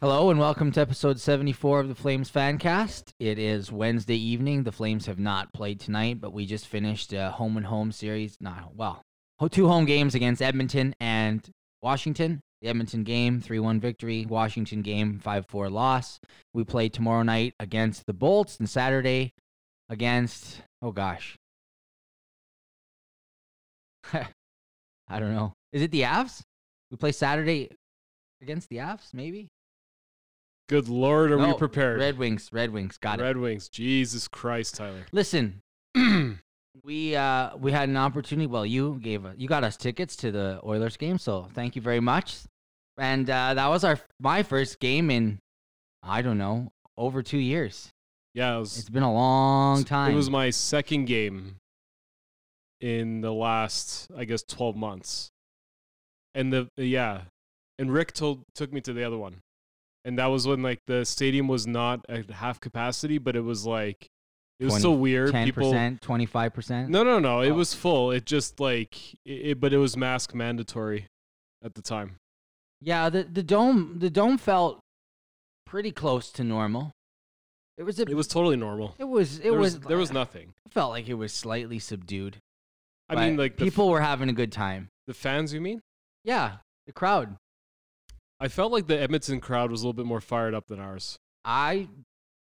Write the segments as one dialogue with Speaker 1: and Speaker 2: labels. Speaker 1: Hello and welcome to episode 74 of the Flames Fancast. It is Wednesday evening. The Flames have not played tonight, but we just finished a home and home series. Not well, ho- two home games against Edmonton and Washington. The Edmonton game, 3 1 victory. Washington game, 5 4 loss. We play tomorrow night against the Bolts and Saturday against, oh gosh. I don't know. Is it the Avs? We play Saturday against the Avs, maybe?
Speaker 2: Good lord, are
Speaker 1: No,
Speaker 2: we prepared?
Speaker 1: Red Wings, Red Wings, got it.
Speaker 2: Red Wings. Jesus Christ, Tyler.
Speaker 1: Listen, we uh we had an opportunity. Well, you gave us, you got us tickets to the Oilers game, so thank you very much. And uh, that was our my first game in I don't know over two years.
Speaker 2: Yeah, it was
Speaker 1: It's been a long time.
Speaker 2: It was my second game in the last, I guess, twelve months. And the yeah, and Rick told took me to the other one, and that was when like the stadium was not at half capacity, but it was like it was still weird.
Speaker 1: ten
Speaker 2: People
Speaker 1: percent, twenty five percent.
Speaker 2: No, no, no. It
Speaker 1: Oh.
Speaker 2: was full. It just like it, it, but it was mask mandatory at the time.
Speaker 1: Yeah, the the dome the dome felt pretty close to normal. It was a,
Speaker 2: It was totally normal.
Speaker 1: it was it
Speaker 2: there
Speaker 1: was,
Speaker 2: there was nothing.
Speaker 1: It felt like it was slightly subdued.
Speaker 2: I mean,
Speaker 1: but
Speaker 2: like the,
Speaker 1: people were having a good time.
Speaker 2: the fans. You mean?
Speaker 1: Yeah, the crowd.
Speaker 2: I felt like the Edmonton crowd was a little bit more fired up than ours.
Speaker 1: I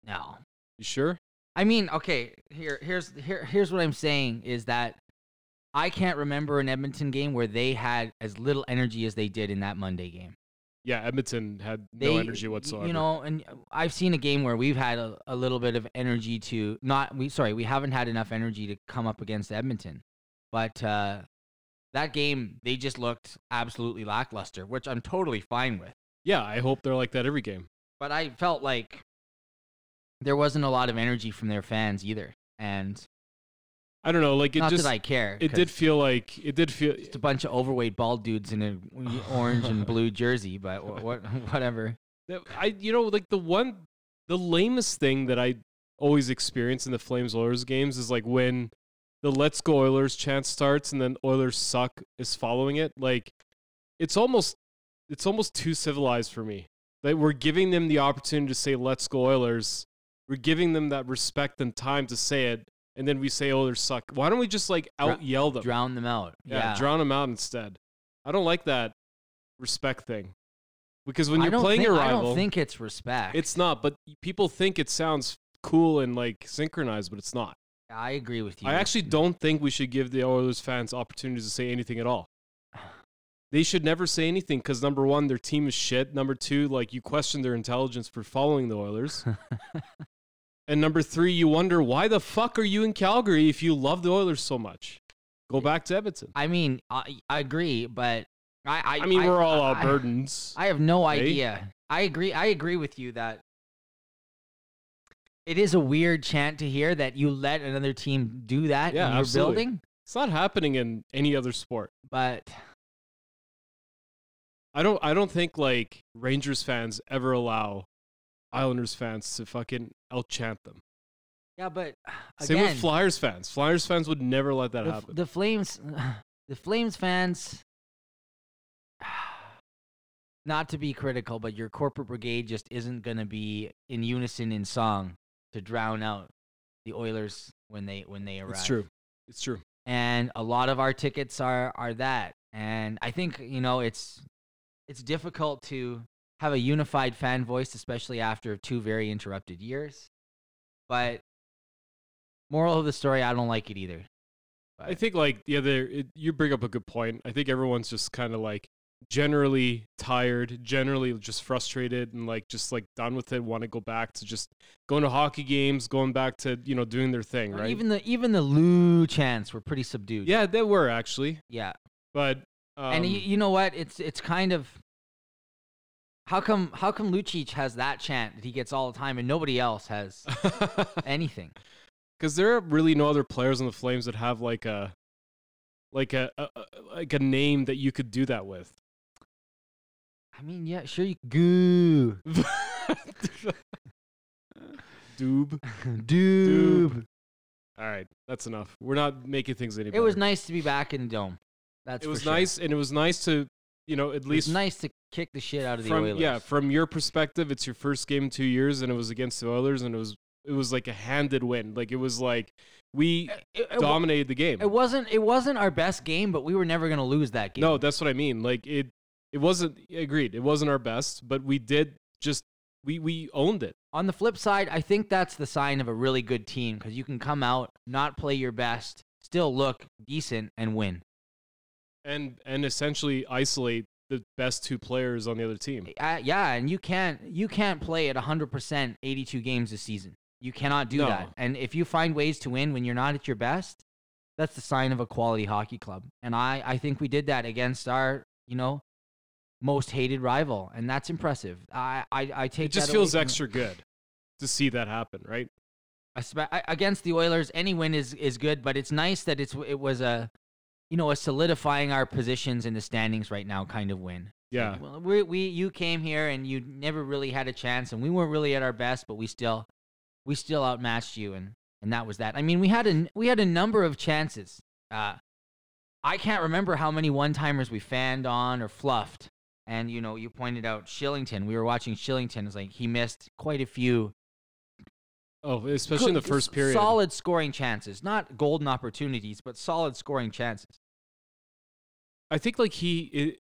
Speaker 1: no.
Speaker 2: You sure?
Speaker 1: I mean, okay, here here's here here's what I'm saying is that I can't remember an Edmonton game where they had as little energy as they did in that Monday game.
Speaker 2: Yeah, Edmonton had
Speaker 1: They,
Speaker 2: no energy
Speaker 1: y-
Speaker 2: whatsoever.
Speaker 1: You know, and uh, I've seen a game where we've had a, a little bit of energy to not we sorry, we haven't had enough energy to come up against Edmonton. But uh that game they just looked absolutely lackluster, which I'm totally fine with.
Speaker 2: yeah, I hope they're like that every game.
Speaker 1: but I felt like there wasn't a lot of energy from their fans either, and
Speaker 2: I don't know. Like it
Speaker 1: not
Speaker 2: just,
Speaker 1: that I care.
Speaker 2: it
Speaker 1: 'cause
Speaker 2: did feel like it did feel.
Speaker 1: just a bunch of overweight bald dudes in an orange and blue jersey, but what, what whatever.
Speaker 2: that- I you know like the one the lamest thing that I always experience in the Flames Oilers games is like when the Let's Go Oilers chant starts and then Oilers suck is following it. Like it's almost it's almost too civilized for me. That we're giving them the opportunity to say Let's Go Oilers. We're giving them that respect and time to say it, and then we say Oilers suck. Why don't we just like
Speaker 1: Dra-
Speaker 2: out yell them?
Speaker 1: Drown them out.
Speaker 2: yeah,
Speaker 1: Yeah,
Speaker 2: drown them out instead. I don't like that respect thing because when
Speaker 1: I
Speaker 2: you're
Speaker 1: don't
Speaker 2: playing
Speaker 1: think,
Speaker 2: your
Speaker 1: I
Speaker 2: rival,
Speaker 1: don't think it's respect.
Speaker 2: it's not, but people think it sounds cool and like synchronized, but it's not.
Speaker 1: I agree with you.
Speaker 2: I actually don't think we should give the Oilers fans opportunities to say anything at all. They should never say anything because number one, their team is shit. Number two, like you question their intelligence for following the Oilers. and number three, you wonder why the fuck are you in Calgary if you love the Oilers so much? Go back to Edmonton.
Speaker 1: I mean, I, I agree, but I. I,
Speaker 2: I mean, we're all
Speaker 1: I- I-
Speaker 2: Albertans.
Speaker 1: I have no
Speaker 2: Right?
Speaker 1: idea. I agree. I agree with you that it is a weird chant to hear that you let another team do that
Speaker 2: Yeah,
Speaker 1: in your
Speaker 2: absolutely.
Speaker 1: building.
Speaker 2: it's not happening in any other sport.
Speaker 1: But
Speaker 2: I don't I don't think like Rangers fans ever allow Islanders fans to fucking out chant them.
Speaker 1: yeah, but
Speaker 2: Same
Speaker 1: again,
Speaker 2: with Flyers fans. Flyers fans would never let that
Speaker 1: the,
Speaker 2: happen.
Speaker 1: the Flames, the Flames fans. Not to be critical, but your corporate brigade just isn't going to be in unison in song to drown out the Oilers when they when they arrive.
Speaker 2: it's true. It's true.
Speaker 1: and a lot of our tickets are are that and i think you know it's it's difficult to have a unified fan voice especially after two very interrupted years but moral of the story i don't like it either
Speaker 2: I think like the other it, you bring up a good point. I think everyone's just kind of like generally tired, generally just frustrated and like just like done with it, want to go back to just going to hockey games, going back to, you know, doing their thing,
Speaker 1: But
Speaker 2: right?
Speaker 1: even the even the loo chants were pretty subdued
Speaker 2: yeah, they were actually.
Speaker 1: yeah
Speaker 2: But um,
Speaker 1: and you, you know what it's it's kind of how come how come lucic has that chant that he gets all the time and nobody else has
Speaker 2: um,
Speaker 1: anything
Speaker 2: because there are really no other players on the Flames that have like a like a, a a- like a name that you could do that with.
Speaker 1: i mean yeah sure you goo
Speaker 2: Doob.
Speaker 1: Doob.
Speaker 2: All right, that's enough. We're not making things any
Speaker 1: It
Speaker 2: better.
Speaker 1: was nice to be back in the dome. That's
Speaker 2: It
Speaker 1: for
Speaker 2: was
Speaker 1: sure.
Speaker 2: nice, and it was nice to you know, at
Speaker 1: It's
Speaker 2: least
Speaker 1: nice to kick the shit out of the
Speaker 2: from
Speaker 1: Oilers.
Speaker 2: yeah, from your perspective, it's your first game in two years, and it was against the Oilers, and it was it was like a handed win. Like it was like we
Speaker 1: It- it- it wa-
Speaker 2: dominated the game.
Speaker 1: it wasn't it wasn't our best game, but we were never gonna lose that game.
Speaker 2: No, that's what I mean. Like it it wasn't agreed. It wasn't our best, but we did just we we owned it.
Speaker 1: On the flip side, I think that's the sign of a really good team because you can come out, not play your best, still look decent and win.
Speaker 2: and and essentially isolate the best two players on the other team.
Speaker 1: Uh, yeah, and you can't you can't play at 100% 82 games this season. You cannot do
Speaker 2: No.
Speaker 1: that. And if you find ways to win when you're not at your best, that's the sign of a quality hockey club. And I I think we did that against our, you know, most hated rival, and that's impressive. I I, I take
Speaker 2: It just
Speaker 1: that away
Speaker 2: feels
Speaker 1: from
Speaker 2: extra good to see that happen, right?
Speaker 1: I spe- I- against the Oilers, any win is is good, but it's nice that it's it was a, you know, a solidifying our positions in the standings right now kind of win.
Speaker 2: Yeah.
Speaker 1: Well, we we you came here and you never really had a chance, and we weren't really at our best, but we still, we still outmatched you, and and that was that. I mean, we had a n- we had a number of chances. Uh, I can't remember how many one timers we fanned on or fluffed. And you know, you pointed out Shillington. We were watching Shillington. It's like he missed quite a few
Speaker 2: Oh, especially in the
Speaker 1: good-
Speaker 2: first
Speaker 1: s-
Speaker 2: period.
Speaker 1: Solid scoring chances, not golden opportunities, but solid scoring chances.
Speaker 2: I think like he it,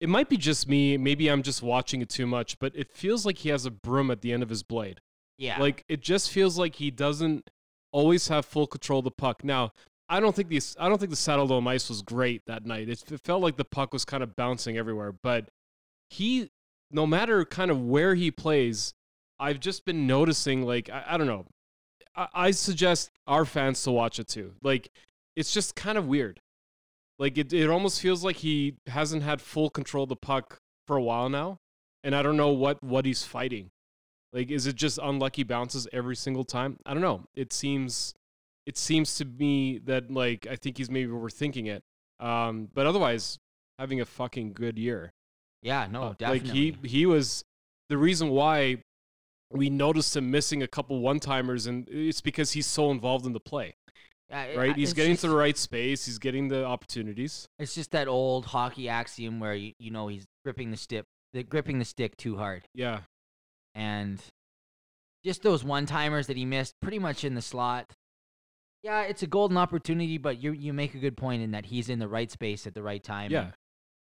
Speaker 2: it might be just me, maybe I'm just watching it too much, but it feels like he has a broom at the end of his blade.
Speaker 1: Yeah,
Speaker 2: Like it just feels like he doesn't always have full control of the puck. Now, I don't think these I don't think the saddle dome ice was great that night. It, it felt like the puck was kind of bouncing everywhere, but he no matter kind of where he plays, I've just been noticing like I, I don't know. I, I suggest our fans to watch it too. Like it's just kind of weird. Like it, it almost feels like he hasn't had full control of the puck for a while now. And I don't know what, what he's fighting. Like, is it just unlucky bounces every single time? I don't know. It seems, it seems to me that like I think he's maybe overthinking it. Um, but otherwise, having a fucking good year.
Speaker 1: yeah, no,
Speaker 2: Uh,
Speaker 1: Oh, definitely.
Speaker 2: Like he he was the reason why we noticed him missing a couple one timers, and it's because he's so involved in the play.
Speaker 1: Uh, it-
Speaker 2: Right?
Speaker 1: uh,
Speaker 2: He's
Speaker 1: it's
Speaker 2: getting
Speaker 1: just,
Speaker 2: to the right space. He's getting the opportunities.
Speaker 1: It's just that old hockey axiom where you, you know he's gripping the stick, the, gripping the stick too hard,
Speaker 2: Yeah.
Speaker 1: and just those one timers that he missed, pretty much in the slot. Yeah, it's a golden opportunity, but you you make a good point in that he's in the right space at the right time.
Speaker 2: yeah.
Speaker 1: and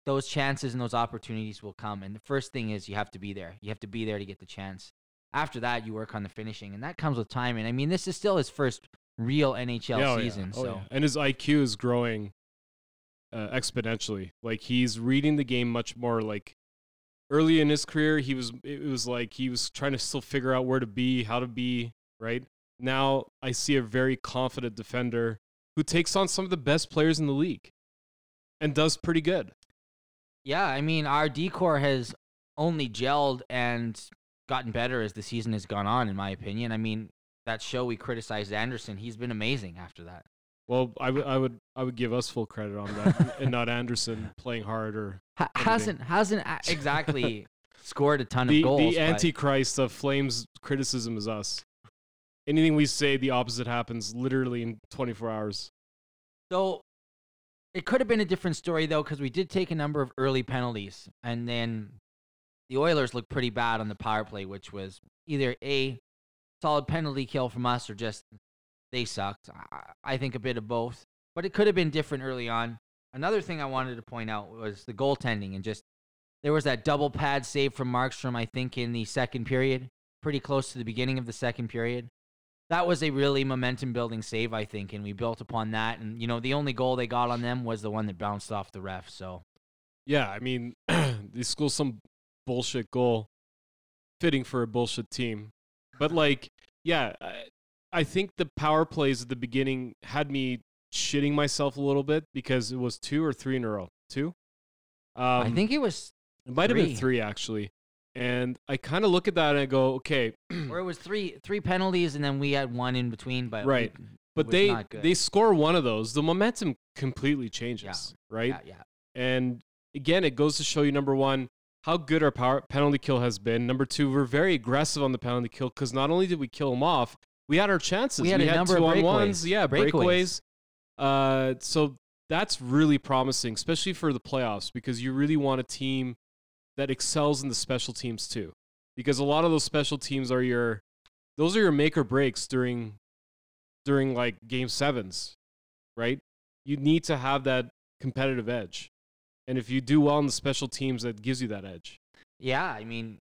Speaker 1: those chances and those opportunities will come. And the first thing is you have to be there. You have to be there to get the chance. After that, you work on the finishing, and that comes with time. And I mean, this is still his first real NHL
Speaker 2: Yeah, oh yeah,
Speaker 1: season.
Speaker 2: oh
Speaker 1: so
Speaker 2: yeah. and his IQ is growing uh, exponentially. Like he's reading the game much more. Like early in his career, he was it was like he was trying to still figure out where to be, how to be. Right now, I see a very confident defender who takes on some of the best players in the league and does pretty good.
Speaker 1: yeah, I mean, our decor has only gelled and gotten better as the season has gone on, in my opinion. I mean, that show we criticized Anderson, he's been amazing after that.
Speaker 2: Well, I would I would I would give us full credit on that, and not Anderson playing hard or
Speaker 1: Ha-
Speaker 2: What do you
Speaker 1: hasn't hasn't a- exactly scored a ton
Speaker 2: the,
Speaker 1: of goals.
Speaker 2: the
Speaker 1: but-
Speaker 2: antichrist of flames criticism is us anything we say the opposite happens literally in 24 hours
Speaker 1: So it could have been a different story though, because we did take a number of early penalties, and then the Oilers looked pretty bad on the power play, which was either a solid penalty kill from us or just they sucked. I, I think a bit of both, but it could have been different early on. Another thing I wanted to point out was the goaltending and just there was that double pad save from Markstrom, I think, in the second period, pretty close to the beginning of the second period that was a really momentum building save, I think, and we built upon that. And you know, the only goal they got on them was the one that bounced off the ref. So
Speaker 2: yeah i mean they score some bullshit goal fitting for a bullshit team but like yeah I, I think the power plays at the beginning had me shitting myself a little bit because it was two or three in a row two um,
Speaker 1: I think it was,
Speaker 2: it might have been
Speaker 1: three.
Speaker 2: three actually and i kind of look at that and i go okay
Speaker 1: or it was three three penalties, and then we had one in between. But we-
Speaker 2: Right. but
Speaker 1: was
Speaker 2: they
Speaker 1: not good.
Speaker 2: they score one of those the momentum completely changes right
Speaker 1: yeah, yeah,
Speaker 2: and again it goes to show you number one how good our power penalty kill has been number two we're very aggressive on the penalty kill because not only did we kill them off we had our chances
Speaker 1: We had a number
Speaker 2: two
Speaker 1: of
Speaker 2: on ones
Speaker 1: breakaways.
Speaker 2: yeah
Speaker 1: Breakaways.
Speaker 2: breakaways, Uh, so that's really promising, especially for the playoffs, because you really want a team that excels in the special teams too. Because a lot of those special teams are your those are your make or breaks during during like game sevens, right? You need to have that competitive edge. And if you do well in the special teams, that gives you that edge.
Speaker 1: Yeah, I mean,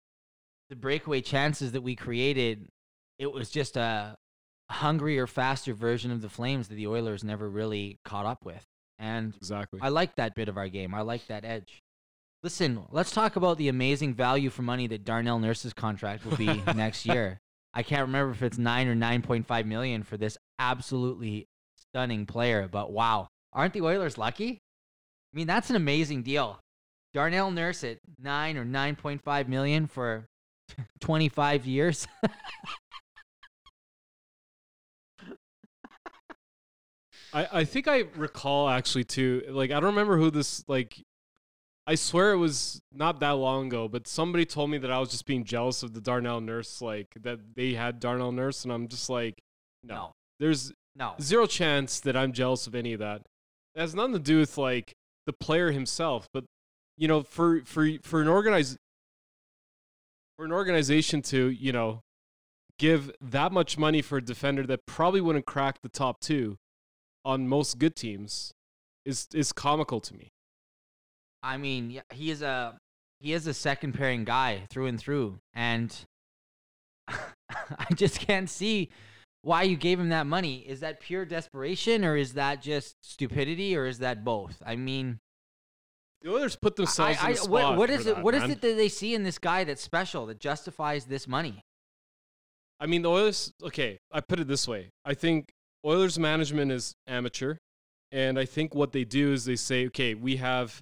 Speaker 1: the breakaway chances that we created, it was just a hungrier, faster version of the Flames that the Oilers never really caught up with. And
Speaker 2: Exactly.
Speaker 1: I like that bit of our game. I like that edge. Listen, let's talk about the amazing value for money that Darnell Nurse's contract will be next year. I can't remember if it's 9 or 9.5 million for this absolutely stunning player, but wow. Aren't the Oilers lucky? I mean, that's an amazing deal. Darnell Nurse at 9 or 9.5 million for 25 years.
Speaker 2: I, I think I recall actually too. Like I don't remember who this like. I swear it was not that long ago, but somebody told me that I was just being jealous of the Darnell Nurse, like that they had Darnell Nurse, and I'm just like, no,
Speaker 1: No.
Speaker 2: there's
Speaker 1: No.
Speaker 2: zero chance that I'm jealous of any of that. It has nothing to do with like the player himself, but you know, for for for an organize for an organization to you know give that much money for a defender that probably wouldn't crack the top two on most good teams is is comical to me.
Speaker 1: I mean, yeah, he is a he is a second pairing guy through and through, and I just can't see why you gave him that money. Is that pure desperation, or is that just stupidity, or is that both? I mean,
Speaker 2: The Oilers put themselves
Speaker 1: I,
Speaker 2: in
Speaker 1: I,
Speaker 2: the spot.
Speaker 1: what, what
Speaker 2: for
Speaker 1: is it?
Speaker 2: that,
Speaker 1: What is
Speaker 2: man.
Speaker 1: it that they see in this guy that's special that justifies this money?
Speaker 2: I mean, the Oilers. Okay, I put it this way: I think Oilers management is amateur, and I think what they do is they say, okay, we have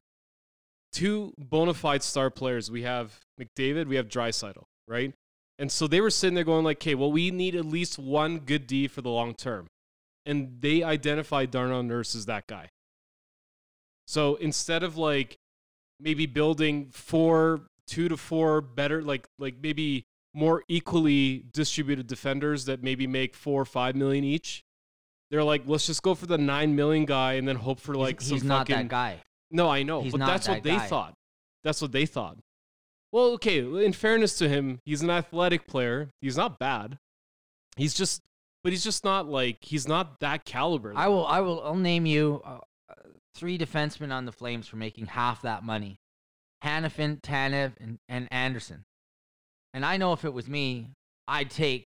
Speaker 2: two bona fide star players. We have McDavid, we have Drysital, right? And so they were sitting there going like, okay, well, we need at least one good D for the long term, and they identified Darnell Nurse as that guy. So instead of like maybe building four, two to four better, like like maybe more equally distributed defenders that maybe make four or five million each. They're like, let's just go for the nine million guy and then hope for
Speaker 1: He's-
Speaker 2: like
Speaker 1: he's,
Speaker 2: some
Speaker 1: not
Speaker 2: fucking
Speaker 1: that guy.
Speaker 2: no, I know,
Speaker 1: He's
Speaker 2: but
Speaker 1: not
Speaker 2: that's
Speaker 1: that
Speaker 2: what they
Speaker 1: guy.
Speaker 2: thought. That's what they thought. Well, okay, in fairness to him, he's an athletic player. He's not bad. He's just, but he's just not like he's not that caliber.
Speaker 1: I will. I will. I'll name you uh, uh, three defensemen on the Flames for making half that money: Hannafin, Tanev, and, and Anderson. And I know if it was me, I'd take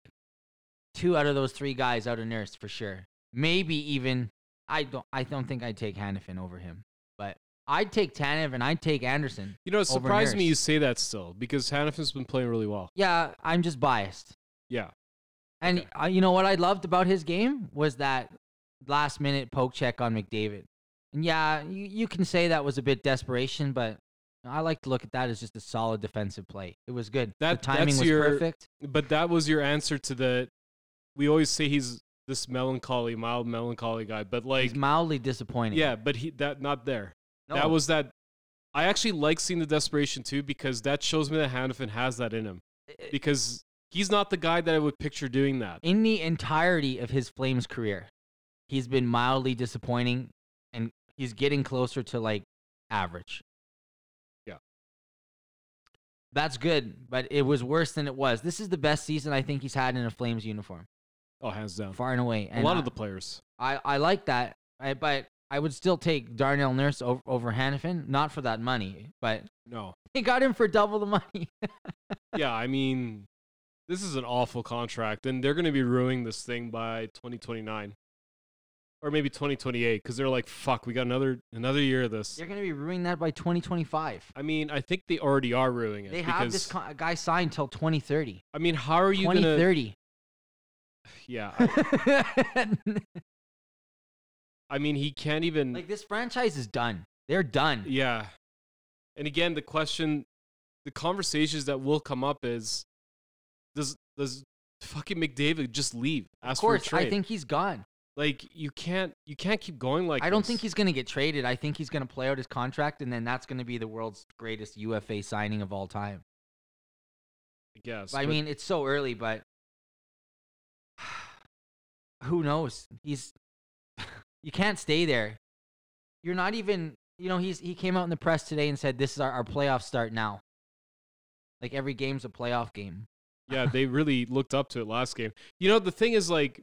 Speaker 1: two out of those three guys out of Nurse for sure. Maybe even I don't. I don't think I'd take Hannafin over him, but I'd take Tanev and I'd take Anderson.
Speaker 2: you know, it
Speaker 1: over
Speaker 2: surprised me
Speaker 1: Nurse.
Speaker 2: you say that still because Hannafin's been playing really well.
Speaker 1: Yeah, I'm just biased.
Speaker 2: Yeah,
Speaker 1: And
Speaker 2: Okay.
Speaker 1: uh, you know what I loved about his game was that last minute poke check on McDavid. And yeah, you, you can say that was a bit desperation, but I like to look at that as just a solid defensive play. It was good.
Speaker 2: That-
Speaker 1: the timing
Speaker 2: that's
Speaker 1: was
Speaker 2: your-
Speaker 1: perfect.
Speaker 2: but that was your answer to the. We always say he's this melancholy, mild melancholy guy, but like,
Speaker 1: He's mildly disappointing.
Speaker 2: yeah, but he that not there.
Speaker 1: No,
Speaker 2: That was that. I actually like seeing the desperation too because that shows me that Hannafin has that in him. Because he's not the guy that I would picture doing that.
Speaker 1: in the entirety of his Flames career, he's been mildly disappointing, and he's getting closer to like average.
Speaker 2: Yeah.
Speaker 1: That's good, but it was worse than it was. This is the best season I think he's had in a Flames uniform.
Speaker 2: Oh, hands down.
Speaker 1: far and away.
Speaker 2: A
Speaker 1: And
Speaker 2: lot
Speaker 1: I,
Speaker 2: of the players.
Speaker 1: I, I like that, I, but I would still take Darnell Nurse over, over Hannafin, not for that money, but
Speaker 2: No.
Speaker 1: they got him for double the money.
Speaker 2: yeah, I mean, this is an awful contract, and they're going to be ruining this thing by 2029 or maybe 2028 because they're like, fuck, we got another another year of this.
Speaker 1: They're going to be ruining that by 2025.
Speaker 2: I mean, I think they already are ruining it.
Speaker 1: They
Speaker 2: because,
Speaker 1: have this con- guy signed till 2030.
Speaker 2: I mean, how are you going to?
Speaker 1: 2030.
Speaker 2: Yeah. I, I mean, he can't even.
Speaker 1: like this franchise is done. They're done.
Speaker 2: Yeah. And again, the question, the conversations that will come up is, does does fucking McDavid just leave? Ask
Speaker 1: Of course,
Speaker 2: for a trade.
Speaker 1: I think he's gone.
Speaker 2: like you can't you can't keep going like.
Speaker 1: I don't
Speaker 2: this.
Speaker 1: think he's going to get traded. I think he's going to play out his contract, and then that's going to be the world's greatest UFA signing of all time.
Speaker 2: I guess.
Speaker 1: I
Speaker 2: but
Speaker 1: mean, it's so early, but who knows? He's you can't stay there. You're not even. You know, he's he came out in the press today and said this is our, our playoff start now. Like every game's a playoff game.
Speaker 2: Yeah, they really looked up to it last game. You know, the thing is, like,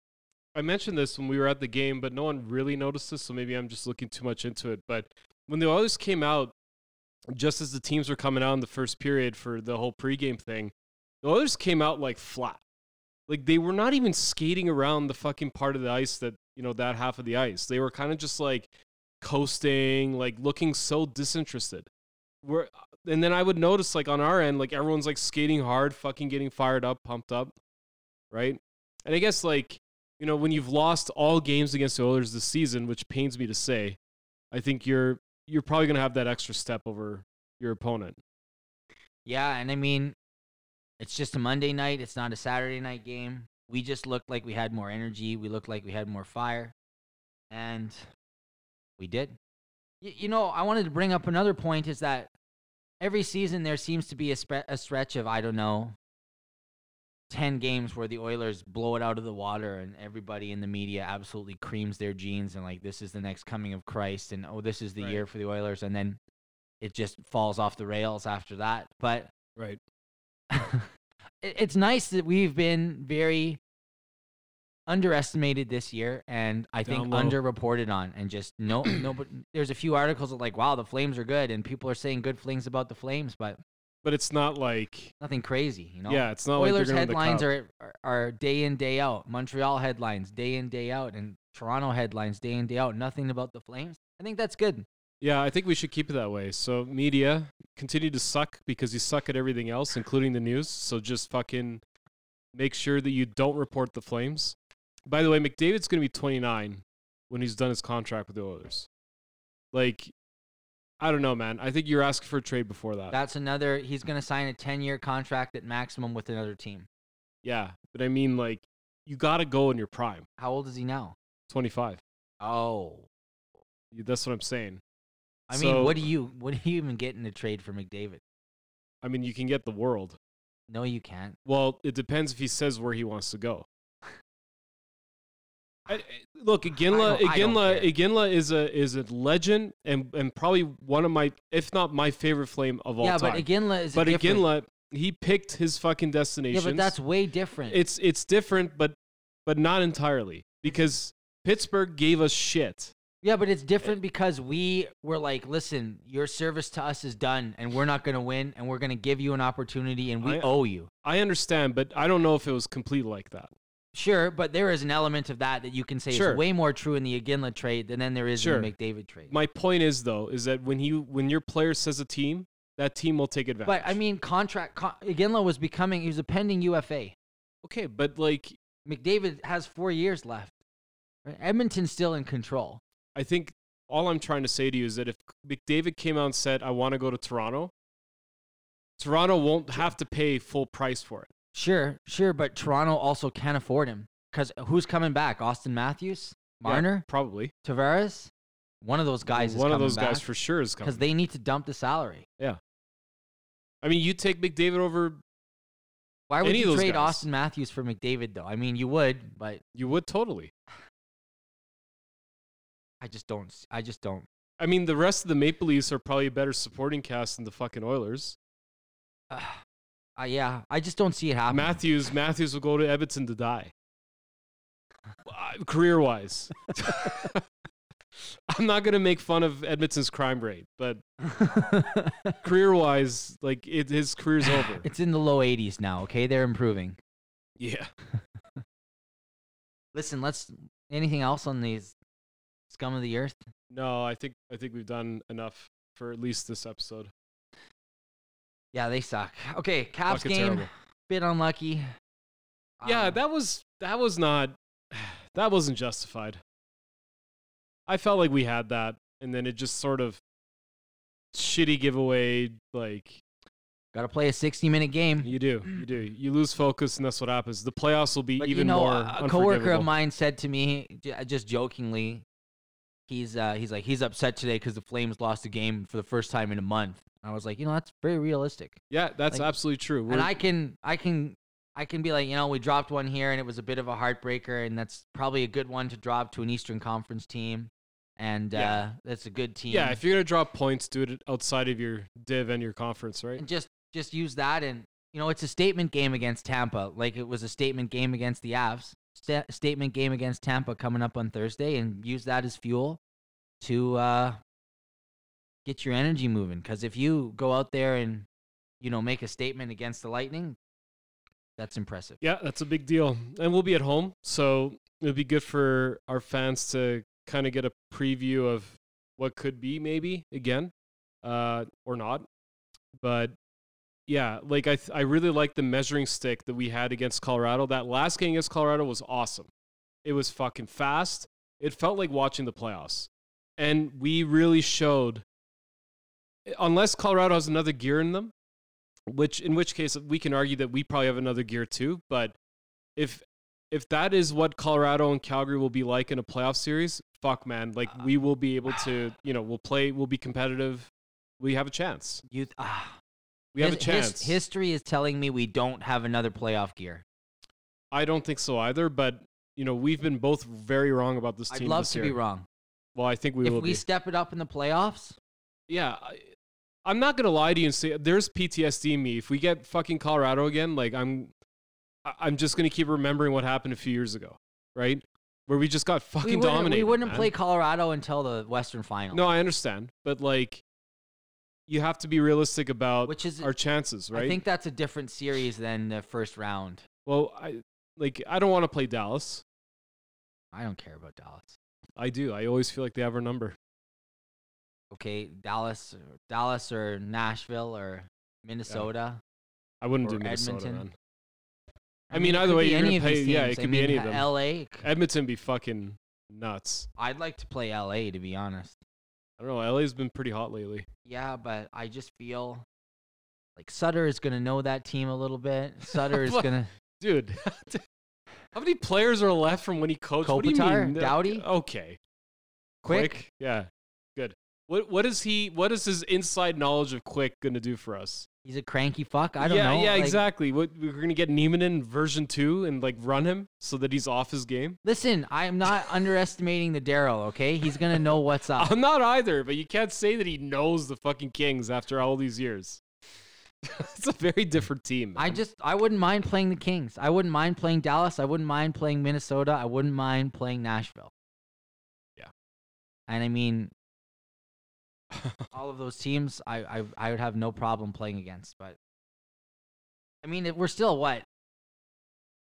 Speaker 2: I mentioned this when we were at the game, but no one really noticed this, so maybe I'm just looking too much into it. But when the Oilers came out, just as the teams were coming out in the first period for the whole pregame thing, the Oilers came out like flat. Like they were not even skating around the fucking part of the ice that, you know, that half of the ice. They were kind of just like coasting, like looking so disinterested. We're, and then I would notice like on our end, like everyone's like skating hard, fucking getting fired up, pumped up, right? And I guess like, you know, when you've lost all games against the Oilers this season, which pains me to say, I think you're you're probably going to have that extra step over your opponent.
Speaker 1: Yeah, and I mean, it's just a Monday night. It's not a Saturday night game. We just looked like we had more energy. We looked like we had more fire, and we did. Y- you know, I wanted to bring up another point: is that every season there seems to be a, spe- a stretch of I don't know, ten games where the Oilers blow it out of the water, and everybody in the media absolutely creams their jeans and like this is the next coming of Christ, and oh this is the
Speaker 2: Right.
Speaker 1: year for the Oilers, and then it just falls off the rails after that. But
Speaker 2: Right.
Speaker 1: it- it's nice that we've been very underestimated this year and I think
Speaker 2: Down low.
Speaker 1: underreported on and just no no but there's a few articles that like wow the flames are good and people are saying good things about the flames but
Speaker 2: But it's not like
Speaker 1: nothing crazy you know
Speaker 2: yeah, it's not
Speaker 1: Oilers
Speaker 2: like
Speaker 1: headlines are, are are day in day out Montreal headlines day in day out and Toronto headlines day in day out nothing about the flames I think that's good
Speaker 2: Yeah, I think we should keep it that way. So media continue to suck because you suck at everything else, including the news. So just fucking make sure that you don't report the Flames. By the way, McDavid's going to be 29 when he's done his contract with the Oilers. Like, I don't know, man. I think you're asking for a trade before that.
Speaker 1: that's another he's going to sign a 10 year contract at maximum with another team
Speaker 2: yeah, but I mean, like, you got to go in your prime,
Speaker 1: how old is he now
Speaker 2: 25.
Speaker 1: oh
Speaker 2: You- That's what I'm saying.
Speaker 1: I mean, what
Speaker 2: So-
Speaker 1: do you what do you even get in a trade for McDavid?
Speaker 2: I mean, you can get the world.
Speaker 1: No, you can't.
Speaker 2: Well, it depends if he says where he wants to go. I, I- look, Iginla,
Speaker 1: don't- I don't
Speaker 2: Iginla,
Speaker 1: care.
Speaker 2: Iginla is a is a legend and and probably one of my, if not my favorite flame of all
Speaker 1: yeah,
Speaker 2: time.
Speaker 1: but Iginla is
Speaker 2: but
Speaker 1: different.
Speaker 2: Iginla, he picked his fucking
Speaker 1: yeah,
Speaker 2: destinations.
Speaker 1: but that's way different.
Speaker 2: it's it's different, but but not entirely because Pittsburgh gave us shit.
Speaker 1: yeah, but it's different because we were like, listen, your service to us is done, and we're not going to win, and we're going to give you an opportunity, and we
Speaker 2: I-
Speaker 1: owe you.
Speaker 2: I understand, but I don't know if it was complete like that.
Speaker 1: Sure, but there is an element of that that you can say
Speaker 2: Sure.
Speaker 1: is way more true in the Iginla trade than, than there is in the
Speaker 2: Sure.
Speaker 1: McDavid trade.
Speaker 2: My point is though, is that when you when your player says a team, that team will take advantage.
Speaker 1: but I mean, contract con- Iginla was becoming he was a pending UFA.
Speaker 2: okay, but like
Speaker 1: McDavid has four years left. Edmonton's still in control.
Speaker 2: I think all I'm trying to say to you is that if McDavid came out and said, I want to go to Toronto, Toronto won't have to pay full price for it.
Speaker 1: Sure, sure, but Toronto also can't afford him because who's coming back? Austin Matthews,
Speaker 2: Yeah,
Speaker 1: Marner,
Speaker 2: probably.
Speaker 1: Tavares, one of those guys.
Speaker 2: One of those guys for sure is
Speaker 1: because
Speaker 2: coming.
Speaker 1: they need to dump the salary.
Speaker 2: I mean, you take McDavid over,
Speaker 1: Why would
Speaker 2: Any of
Speaker 1: you
Speaker 2: those
Speaker 1: trade
Speaker 2: guys.
Speaker 1: Austin Matthews for McDavid though? I mean, you would, but
Speaker 2: you would totally.
Speaker 1: I just don't. s- I just don't.
Speaker 2: I mean, the rest of the Maple Leafs are probably a better supporting cast than the fucking Oilers.
Speaker 1: Uh, uh, yeah, I just don't see it happening.
Speaker 2: Matthews, Matthews will go to Everton to die. Uh, Career wise. I'm not going to make fun of Edmonton's crime rate, but career wise, like it, his career's over.
Speaker 1: it's in the low 80s now. Okay, they're improving.
Speaker 2: Yeah.
Speaker 1: Listen, let's. Anything else on these scum of the earth?
Speaker 2: No, I think I think we've done enough for at least this episode.
Speaker 1: Yeah, they suck. Okay, Caps
Speaker 2: Fucking
Speaker 1: game.
Speaker 2: terrible.
Speaker 1: Bit unlucky.
Speaker 2: Yeah,
Speaker 1: Um,
Speaker 2: that was that was not that wasn't justified. I felt like we had that and then it just sort of shitty giveaway like
Speaker 1: Got to play a 60 minute game.
Speaker 2: you do. You do. You lose focus and that's what happens. The playoffs will be
Speaker 1: But
Speaker 2: even
Speaker 1: you know,
Speaker 2: more
Speaker 1: a- a coworker
Speaker 2: unforgivable.
Speaker 1: of mine said to me, j- uh, just jokingly, he's uh, he's like he's upset today because the Flames lost a game for the first time in a month. And I was like, you know, that's very realistic.
Speaker 2: yeah, that's
Speaker 1: like-
Speaker 2: absolutely true. We're,
Speaker 1: and I can I can I can be like, you know, we dropped one here and it was a bit of a heartbreaker, and that's probably a good one to drop to an Eastern Conference team. and
Speaker 2: Yeah.
Speaker 1: uh, that's a good team.
Speaker 2: Yeah, if you're gonna drop points, do it outside of your div and your conference, right?
Speaker 1: and just just use that and you know it's a statement game against Tampa like it was a statement game against the Avs sta- statement game against Tampa coming up on Thursday and use that as fuel to uh get your energy moving cuz if you go out there and you know make a statement against the Lightning that's impressive
Speaker 2: Yeah, that's a big deal. And we'll be at home, so it'll be good for our fans to kind of get a preview of what could be maybe again, uh, or not. But yeah, like I, th- I really like the measuring stick that we had against Colorado. That last game against Colorado was awesome. It was fucking fast. It felt like watching the playoffs. And we really showed, unless Colorado has another gear in them, which in which case we can argue that we probably have another gear too but if if that is what colorado and calgary will be like in a playoff series fuck man like
Speaker 1: Uh,
Speaker 2: we will be able to you know we'll play we'll be competitive we have a chance
Speaker 1: you th- ah,
Speaker 2: we have a
Speaker 1: his- his-
Speaker 2: chance
Speaker 1: history is telling me we don't have another playoff gear
Speaker 2: i don't think so either but you know we've been both very wrong about this team
Speaker 1: I'd love
Speaker 2: this
Speaker 1: to
Speaker 2: year.
Speaker 1: be wrong
Speaker 2: well i think we will
Speaker 1: if we
Speaker 2: be
Speaker 1: step it up in the playoffs
Speaker 2: yeah I, i'm not gonna lie to you and say there's ptsd in me if we get fucking colorado again like i'm I- i'm just gonna keep remembering what happened a few years ago right where we just got fucking
Speaker 1: we wouldn't,
Speaker 2: dominated
Speaker 1: we wouldn't
Speaker 2: man.
Speaker 1: play Colorado until the Western Final
Speaker 2: no i understand but like you have to be realistic about
Speaker 1: Which is-
Speaker 2: our chances right
Speaker 1: I think that's a different series than the first round.
Speaker 2: well i like i don't want to play dallas
Speaker 1: I don't care about Dallas.
Speaker 2: i do i always feel like they have our number
Speaker 1: Okay, Dallas, or- Dallas or Nashville or Minnesota.
Speaker 2: i wouldn't
Speaker 1: Or
Speaker 2: do minnesota
Speaker 1: Edmonton.
Speaker 2: man I mean,
Speaker 1: it
Speaker 2: either
Speaker 1: could
Speaker 2: way,
Speaker 1: be
Speaker 2: you're gonna
Speaker 1: any of these
Speaker 2: pay- yeah,
Speaker 1: teams.
Speaker 2: it
Speaker 1: I
Speaker 2: could be
Speaker 1: mean,
Speaker 2: any of
Speaker 1: ha-
Speaker 2: them. Eh.
Speaker 1: LA.
Speaker 2: edmonton be fucking nuts
Speaker 1: I'd like to play LA to be honest.
Speaker 2: i don't know la's been pretty hot lately
Speaker 1: Yeah, but I just feel like Sutter is gonna know that team a little bit. Sutter is
Speaker 2: What?
Speaker 1: gonna.
Speaker 2: dude. how many players are left from when he coached? what do you
Speaker 1: Kopitar?
Speaker 2: mean?
Speaker 1: Doughty?
Speaker 2: Okay.
Speaker 1: Quick?
Speaker 2: Yeah. Good. What what is he? What is his inside knowledge of Quick going to do for us?
Speaker 1: He's a cranky fuck. I don't
Speaker 2: yeah,
Speaker 1: know.
Speaker 2: Yeah,
Speaker 1: like-
Speaker 2: exactly. What we're going to get Neiman in version two and like run him so that he's off his game.
Speaker 1: Listen, I am not underestimating the Daryl. Okay, he's gonna know what's up.
Speaker 2: I'm not either, but you can't say that he knows the fucking Kings after all these years. it's a very different team.
Speaker 1: I
Speaker 2: man.
Speaker 1: just I wouldn't mind playing the Kings. I wouldn't mind playing Dallas. I wouldn't mind playing Minnesota. I wouldn't mind playing Nashville.
Speaker 2: Yeah.
Speaker 1: And I mean all of those teams I, I I would have no problem playing against, but I mean if we're still what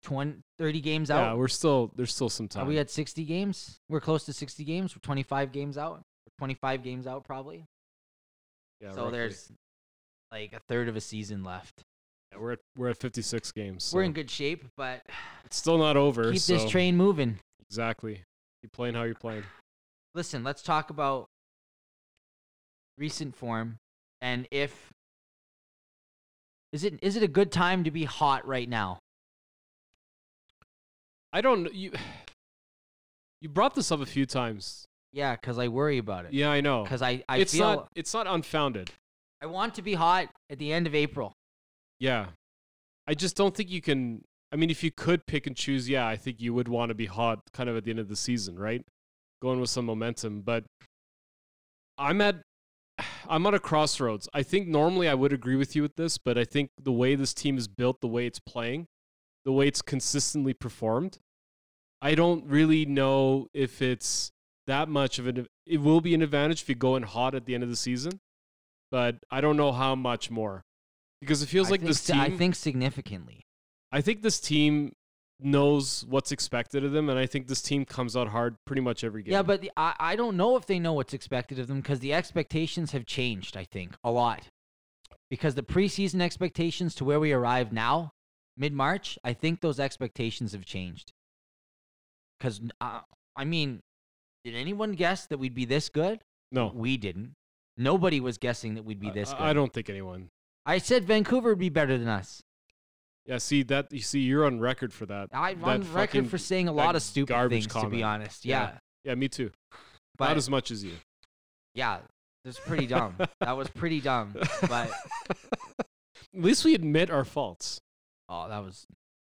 Speaker 1: 20, 30 games
Speaker 2: yeah,
Speaker 1: out.
Speaker 2: we're still there's still some time.
Speaker 1: Are we at 60 games? We're close to 60 games. We're 25 games out. We're 25 games out probably.
Speaker 2: yeah,
Speaker 1: so
Speaker 2: roughly.
Speaker 1: there's like a third of a season left.
Speaker 2: yeah, we're at we're at 56 games.
Speaker 1: We're
Speaker 2: so
Speaker 1: in good shape, but
Speaker 2: it's still not over.
Speaker 1: keep
Speaker 2: so-
Speaker 1: this train moving.
Speaker 2: Exactly. You're playing how you're playing.
Speaker 1: listen, let's talk about recent form and if is it is it a good time to be hot right now?
Speaker 2: I don't kn- you You brought this up a few times.
Speaker 1: Yeah, cuz I worry about it.
Speaker 2: Yeah, I know.
Speaker 1: Cuz I I
Speaker 2: it's
Speaker 1: feel
Speaker 2: not it's not unfounded.
Speaker 1: I want to be hot at the end of April.
Speaker 2: Yeah. I just don't think you can I mean if you could pick and choose, yeah, I think you would want to be hot kind of at the end of the season, right? Going with some momentum, but I'm at I'm at a crossroads. I think normally I would agree with you with this, but I think the way this team is built, the way it's playing, the way it's consistently performed, I don't really know if it's that much of an it will be an advantage if you go in hot at the end of the season, but I don't know how much more. Because it feels
Speaker 1: I
Speaker 2: like
Speaker 1: think
Speaker 2: this
Speaker 1: si-
Speaker 2: team
Speaker 1: I think significantly.
Speaker 2: I think this team knows what's expected of them, and I think this team comes out hard pretty much every game.
Speaker 1: Yeah, but the, I I don't know if they know what's expected of them cuz the expectations have changed, I think, a lot. Because the preseason expectations to where we arrive now, mid-March, I think those expectations have changed. Because, uh, I mean, did anyone guess that we'd be this good?
Speaker 2: no,
Speaker 1: We didn't. Nobody was guessing that we'd be
Speaker 2: I-
Speaker 1: this good.
Speaker 2: I, I don't think anyone.
Speaker 1: I said Vancouver would be better than us.
Speaker 2: Yeah, see that you see you're on record for that.
Speaker 1: I'm
Speaker 2: That
Speaker 1: on record
Speaker 2: fucking-
Speaker 1: for saying a
Speaker 2: that
Speaker 1: lot of stupid
Speaker 2: garbage
Speaker 1: things, to be
Speaker 2: comment.
Speaker 1: honest. Yeah.
Speaker 2: Yeah, Yeah, me too.
Speaker 1: But
Speaker 2: Not as much as you.
Speaker 1: yeah, that's pretty dumb. that was pretty dumb. But,
Speaker 2: At least we admit our faults.
Speaker 1: oh, that was.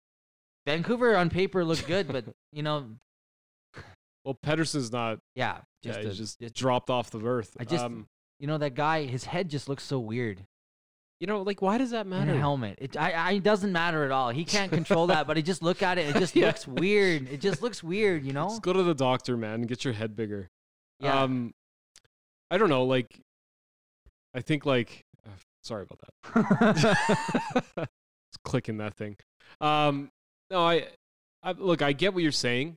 Speaker 1: Vancouver on paper looked good, but, you know,
Speaker 2: Well, Pedersen's not.
Speaker 1: yeah, Just,
Speaker 2: yeah,
Speaker 1: a,
Speaker 2: he's just,
Speaker 1: just-
Speaker 2: dropped off the earth.
Speaker 1: I just-
Speaker 2: um,
Speaker 1: you know that guy. His head just looks so weird
Speaker 2: you know, like why does that
Speaker 1: in
Speaker 2: matter?
Speaker 1: a helmet. It I, I it doesn't matter at all. He can't control that. But I just look at it. It just
Speaker 2: Yeah.
Speaker 1: looks weird. It just looks weird. You know.
Speaker 2: Just go to the doctor, man, and get your head bigger.
Speaker 1: Yeah.
Speaker 2: Um, I don't know. Like, I think like, uh, sorry about that. Just clicking that thing. Um, no, I, I look. I get what you're saying,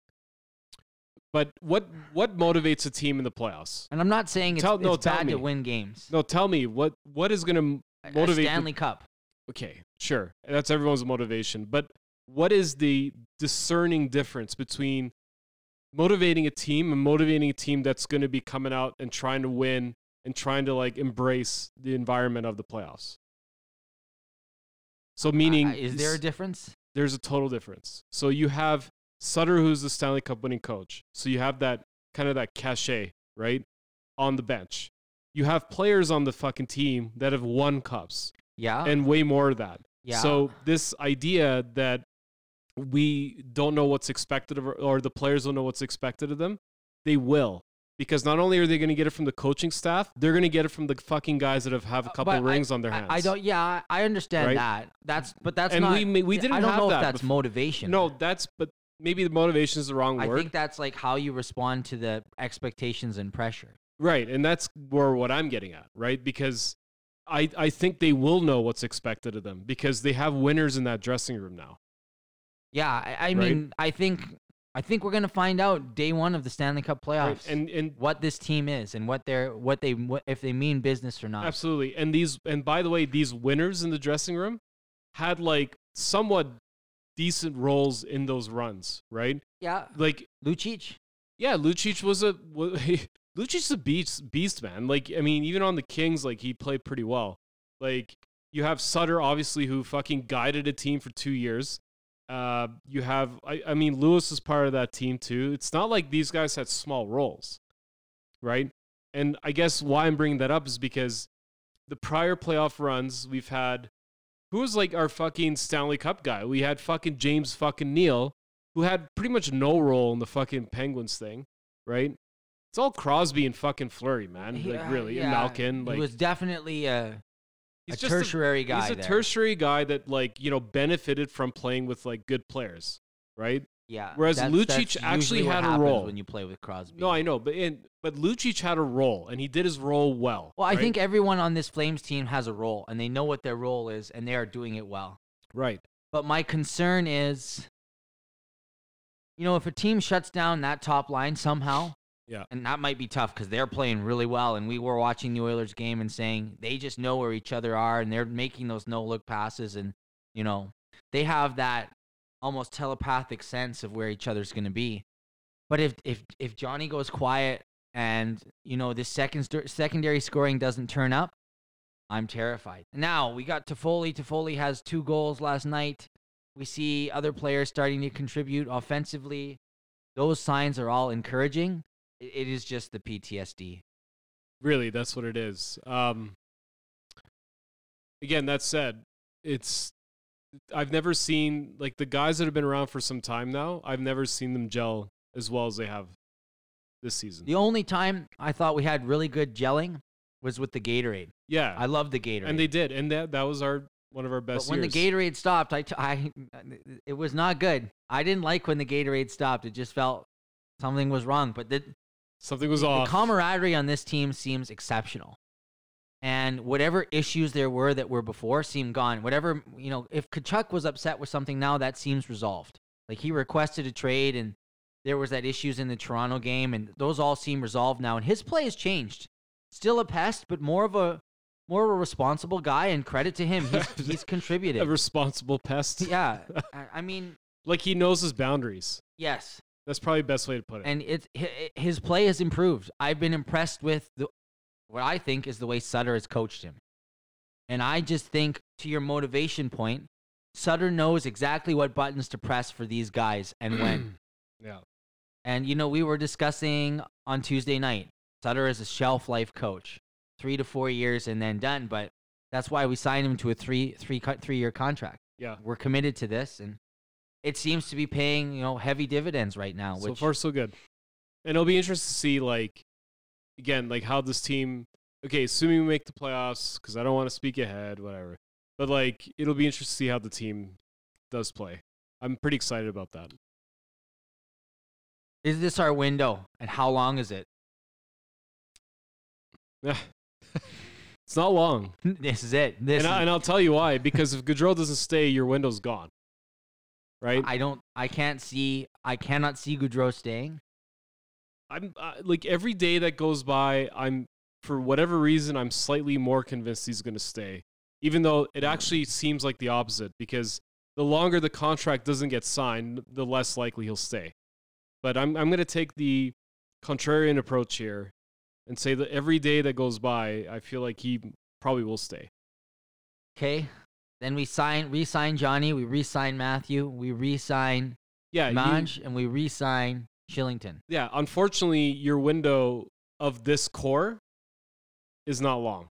Speaker 2: but what what motivates a team in the playoffs?
Speaker 1: and I'm not saying it's,
Speaker 2: Tell- no,
Speaker 1: it's
Speaker 2: tell
Speaker 1: bad
Speaker 2: me.
Speaker 1: to win games.
Speaker 2: No, tell me what what is going
Speaker 1: A- a
Speaker 2: to motivate? the-
Speaker 1: Stanley Cup.
Speaker 2: okay, sure, that's everyone's motivation, but what is the discerning difference between motivating a team and motivating a team that's going to be coming out and trying to win and trying to like embrace the environment of the playoffs? So, meaning,
Speaker 1: Uh, is there a difference?
Speaker 2: there's a total difference. So you have Sutter, who's the Stanley Cup winning coach. So you have that kind of that cachet, right, on the bench. You have players on the fucking team that have won cups
Speaker 1: Yeah.
Speaker 2: and way more of that.
Speaker 1: yeah.
Speaker 2: So this idea that we don't know what's expected of, or the players don't know what's expected of them, they will. Because not only are they going to get it from the coaching staff, they're going to get it from the fucking guys that have, have a
Speaker 1: Uh,
Speaker 2: couple
Speaker 1: but
Speaker 2: rings on their hands.
Speaker 1: I, I don't. Yeah, I understand
Speaker 2: Right?
Speaker 1: that. That's but that's
Speaker 2: And
Speaker 1: not.
Speaker 2: we ma- we didn't
Speaker 1: I don't
Speaker 2: have
Speaker 1: know
Speaker 2: that
Speaker 1: if that's
Speaker 2: before.
Speaker 1: motivation.
Speaker 2: No, that's but maybe the motivation is the wrong
Speaker 1: I
Speaker 2: word.
Speaker 1: think that's like how you respond to the expectations and pressure.
Speaker 2: Right, and that's where what I'm getting at, right? Because I I think they will know what's expected of them because they have winners in that dressing room now.
Speaker 1: Yeah, I, I
Speaker 2: Right.
Speaker 1: mean, I think I think we're gonna find out day one of the Stanley Cup playoffs
Speaker 2: Right? And and
Speaker 1: what this team is and what they're what they what, if they mean business or not.
Speaker 2: absolutely. And these and by the way, these winners in the dressing room had like somewhat decent roles in those runs, right?
Speaker 1: Yeah,
Speaker 2: Like
Speaker 1: Lucic.
Speaker 2: yeah, Lucic was a wa- Lucic's a beast, beast man. Like I mean, even on the Kings, like he played pretty well. Like you have Sutter, obviously, who fucking guided a team for two years. Uh, you have, I, I mean, Lewis is part of that team too. It's not like these guys had small roles, right? And I guess why I'm bringing that up is because the prior playoff runs we've had, who was like our fucking Stanley Cup guy? We had fucking James fucking Neal, who had pretty much no role in the fucking Penguins thing, right? It's all Crosby and fucking Flurry, man.
Speaker 1: he- uh,
Speaker 2: like really,
Speaker 1: yeah,
Speaker 2: and Malkin. Like
Speaker 1: he was definitely a, a
Speaker 2: he's just a-
Speaker 1: tertiary guy.
Speaker 2: He's a
Speaker 1: there.
Speaker 2: tertiary guy that like you know benefited from playing with like good players, right?
Speaker 1: Yeah.
Speaker 2: whereas
Speaker 1: that's-
Speaker 2: Lucic
Speaker 1: that's
Speaker 2: actually
Speaker 1: usually what
Speaker 2: had a
Speaker 1: happens
Speaker 2: role.
Speaker 1: when you play with Crosby.
Speaker 2: No, I know, but in, but Lucic had a role and he did his role well.
Speaker 1: Well, I
Speaker 2: right?
Speaker 1: think everyone on this Flames team has a role, and they know what their role is, and they are doing it well.
Speaker 2: right.
Speaker 1: But my concern is, you know, if a team shuts down that top line somehow,
Speaker 2: Yeah.
Speaker 1: and that might be tough because they're playing really well, and we were watching the Oilers game and saying they just know where each other are, and they're making those no look passes, and you know, they have that almost telepathic sense of where each other's going to be. But if if if Johnny goes quiet and you know this second st- secondary scoring doesn't turn up, I'm terrified. Now we got Toffoli. Toffoli has two goals last night. We see other players starting to contribute offensively. Those signs are all encouraging. I- It is just the PTSD.
Speaker 2: Really, that's what it is. Um, again, that said, it's I've never seen like the guys that have been around for some time now. I've never seen them gel as well as they have this season.
Speaker 1: The only time I thought we had really good gelling was with the Gatorade.
Speaker 2: yeah,
Speaker 1: I love the Gatorade.
Speaker 2: and they did, and that that was our one of our best.
Speaker 1: but when
Speaker 2: years.
Speaker 1: the Gatorade stopped, I, t- I it was not good. I didn't like when the Gatorade stopped. It just felt something was wrong. But the,
Speaker 2: something was
Speaker 1: the
Speaker 2: off.
Speaker 1: camaraderie on this team seems exceptional. And whatever issues there were that were before seem gone. Whatever, you know, if Kachuk was upset with something now, that seems resolved. Like he requested a trade and there was that issues in the Toronto game and those all seem resolved now and his play has changed. Still a pest, but more of a more of a responsible guy and credit to him. He's, he's
Speaker 2: a
Speaker 1: contributed.
Speaker 2: responsible pest.
Speaker 1: Yeah. I- I mean,
Speaker 2: Like he knows his boundaries.
Speaker 1: yes.
Speaker 2: That's probably the best way to put it.
Speaker 1: and it's hi- his play has improved. I've been impressed with the, what I think is the way Sutter has coached him, and I just think to your motivation point, Sutter knows exactly what buttons to press for these guys and when.
Speaker 2: yeah.
Speaker 1: and you know, we were discussing on Tuesday night. Sutter is a shelf life coach, three to four years and then done. But that's why we signed him to a three three co- three year contract.
Speaker 2: Yeah.
Speaker 1: We're committed to this, and it seems to be paying you know heavy dividends right now.
Speaker 2: So
Speaker 1: Which
Speaker 2: far so good. And it'll be interesting to see like again, like how this team. Okay, assuming we make the playoffs, because I don't want to speak ahead, whatever. But like, it'll be interesting to see how the team does play. I'm pretty excited about that.
Speaker 1: Is this our window? And how long is it?
Speaker 2: It's not long,
Speaker 1: This is it. This
Speaker 2: and, I,
Speaker 1: is-
Speaker 2: and I'll tell you why. Because if Gaudreau doesn't stay, your window's gone, right?
Speaker 1: I don't. I can't see. I cannot see Goudreau staying.
Speaker 2: I'm uh, like every day that goes by, I'm for whatever reason I'm slightly more convinced he's going to stay, even though it actually seems like the opposite because the longer the contract doesn't get signed, the less likely he'll stay. But I'm I'm going to take the contrarian approach here and say that every day that goes by, I feel like he probably will stay.
Speaker 1: Okay. Then we sign, re-sign Johnny. We re-sign Matthew. We re-sign
Speaker 2: Yeah, you-
Speaker 1: Manj, and we re-sign Shillington.
Speaker 2: yeah. Unfortunately, your window of this core is not long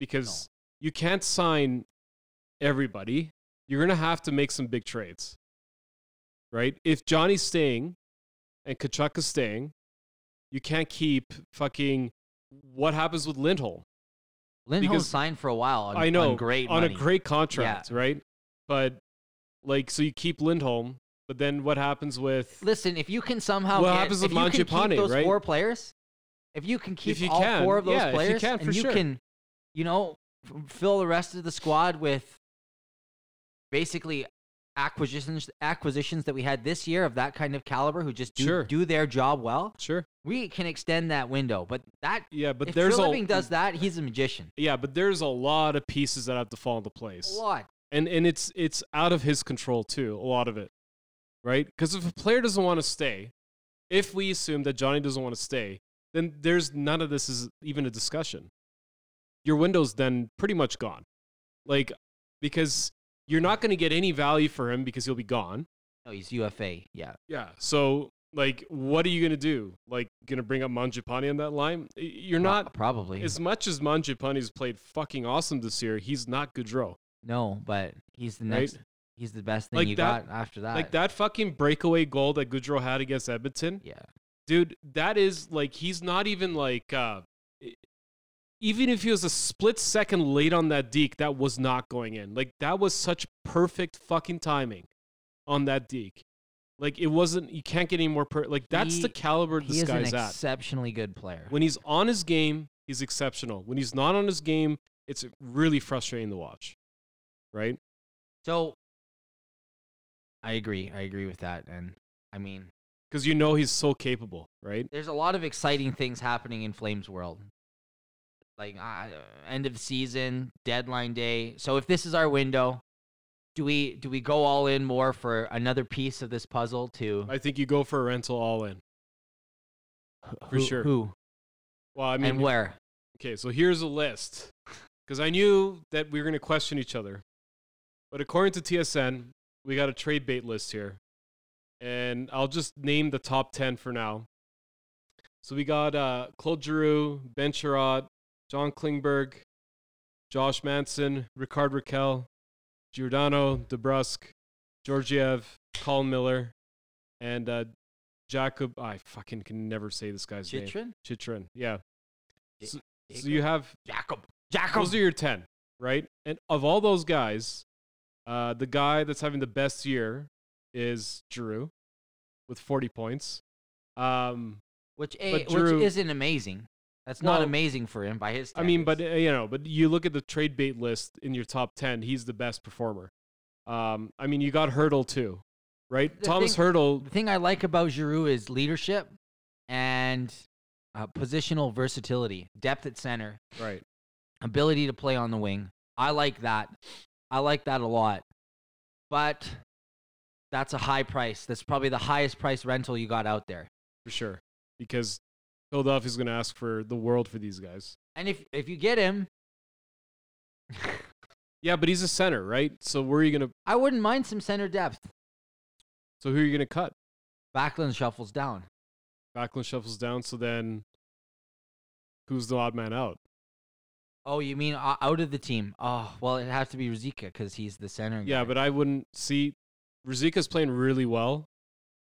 Speaker 2: because you can't sign everybody. You're gonna have to make some big trades, right? If Johnny's staying and Kachuk is staying, you can't keep fucking. What happens with Lindholm?
Speaker 1: Lindholm
Speaker 2: Because-
Speaker 1: signed for a while. On,
Speaker 2: I know
Speaker 1: on great
Speaker 2: on
Speaker 1: money.
Speaker 2: a great contract, right? But like, so you keep Lindholm, but then what happens with
Speaker 1: Listen, if you can somehow
Speaker 2: What
Speaker 1: get,
Speaker 2: happens
Speaker 1: if
Speaker 2: with
Speaker 1: you can keep
Speaker 2: Mangiapane,
Speaker 1: those
Speaker 2: right?
Speaker 1: four players, if you can keep
Speaker 2: you
Speaker 1: all
Speaker 2: can,
Speaker 1: four of those
Speaker 2: yeah, if you
Speaker 1: players,
Speaker 2: can, for
Speaker 1: and you
Speaker 2: sure.
Speaker 1: can, you know, f- fill the rest of the squad with basically acquisitions acquisitions that we had this year of that kind of caliber who just do
Speaker 2: Sure.
Speaker 1: do their job well,
Speaker 2: sure,
Speaker 1: we can extend that window. But that
Speaker 2: yeah, but
Speaker 1: if
Speaker 2: there's
Speaker 1: True
Speaker 2: a
Speaker 1: Living does that, he's a magician.
Speaker 2: Yeah, but there's a lot of pieces that have to fall into place,
Speaker 1: A lot.
Speaker 2: and and it's it's out of his control too. A lot of it, right? Because if a player doesn't want to stay, if we assume that Johnny doesn't want to stay, then there's none of this is even a discussion. Your window's then pretty much gone, like because you're not going to get any value for him because he'll be gone.
Speaker 1: No, he's UFA. Yeah.
Speaker 2: Yeah. So like, what are you going to do? Like, going to bring up Manjapani on that line? Y- You're
Speaker 1: Pro-
Speaker 2: not.
Speaker 1: probably.
Speaker 2: As much as Manjapani's played fucking awesome this year, he's not Goudreau.
Speaker 1: no, but he's the
Speaker 2: Right?
Speaker 1: next he's the best thing
Speaker 2: Like
Speaker 1: you
Speaker 2: that-
Speaker 1: got after that.
Speaker 2: Like that fucking breakaway goal that Goudreau had against Edmonton,
Speaker 1: Yeah.
Speaker 2: dude. That is like he's not even like, uh, e- even if he was a split second late on that deke, that was not going in. Like that was such perfect fucking timing on that deke. Like it wasn't. You can't get any more. Per- like that's the
Speaker 1: He-
Speaker 2: caliber
Speaker 1: He
Speaker 2: this
Speaker 1: is an
Speaker 2: guy's at.
Speaker 1: exceptionally good player.
Speaker 2: When he's on his game, he's exceptional. When he's not on his game, it's really frustrating to watch. Right?
Speaker 1: So I agree. I agree with that. And I mean,
Speaker 2: Because you know he's so capable. Right?
Speaker 1: there's a lot of exciting things happening in Flames world. Like uh, end of season, deadline day. So if this is our window, do we do we go all in more for another piece of this puzzle to
Speaker 2: I think you go for a rental all in. for
Speaker 1: who,
Speaker 2: sure.
Speaker 1: who
Speaker 2: Well, I mean,
Speaker 1: and where?
Speaker 2: okay, so here's a list because I knew that we were going to question each other. But according to TSN, we got a trade bait list here. And I'll just name the top 10 for now. So we got uh, Claude Giroux, Ben Chirot, John Klingberg, Josh Manson, Ricard Raquel, Giordano, DeBrusque, Georgiev, Colin Miller, and uh, Jacob. I fucking can never say this guy's name.
Speaker 1: Chitrin?
Speaker 2: Chitrin. Yeah.
Speaker 1: Ja-
Speaker 2: So, so you have
Speaker 1: Jacob. Jacob.
Speaker 2: those are your ten, right? And of all those guys, uh, the guy that's having the best year is Drew, with forty points. Um,
Speaker 1: which a,
Speaker 2: but Drew-
Speaker 1: which isn't amazing. That's not
Speaker 2: Well,
Speaker 1: amazing for him by his
Speaker 2: I mean, but
Speaker 1: standards.
Speaker 2: uh, you know, but you look at the trade bait list in your top ten, he's the best performer. Um, I mean, you got Hurdle too, right?
Speaker 1: The
Speaker 2: Thomas
Speaker 1: thing-
Speaker 2: Hurdle,
Speaker 1: the thing I like about Giroux is leadership and uh, positional versatility, depth at center,
Speaker 2: right?
Speaker 1: ability to play on the wing. I like that. I like that a lot. But that's a high price. That's probably the highest price rental you got out there.
Speaker 2: For sure, because Philadelphia's going to ask for the world for these guys.
Speaker 1: And if if you get him,
Speaker 2: Yeah, but he's a center, right? So where are you going to?
Speaker 1: I wouldn't mind some center depth.
Speaker 2: So who are you going to cut?
Speaker 1: Backlund shuffles down.
Speaker 2: Backlund shuffles down, so then who's the odd man out?
Speaker 1: Oh, you mean o- out of the team? Oh, well, it has to be Ruzika because he's the center.
Speaker 2: Yeah,
Speaker 1: guy.
Speaker 2: but I wouldn't see Rizika's playing really well.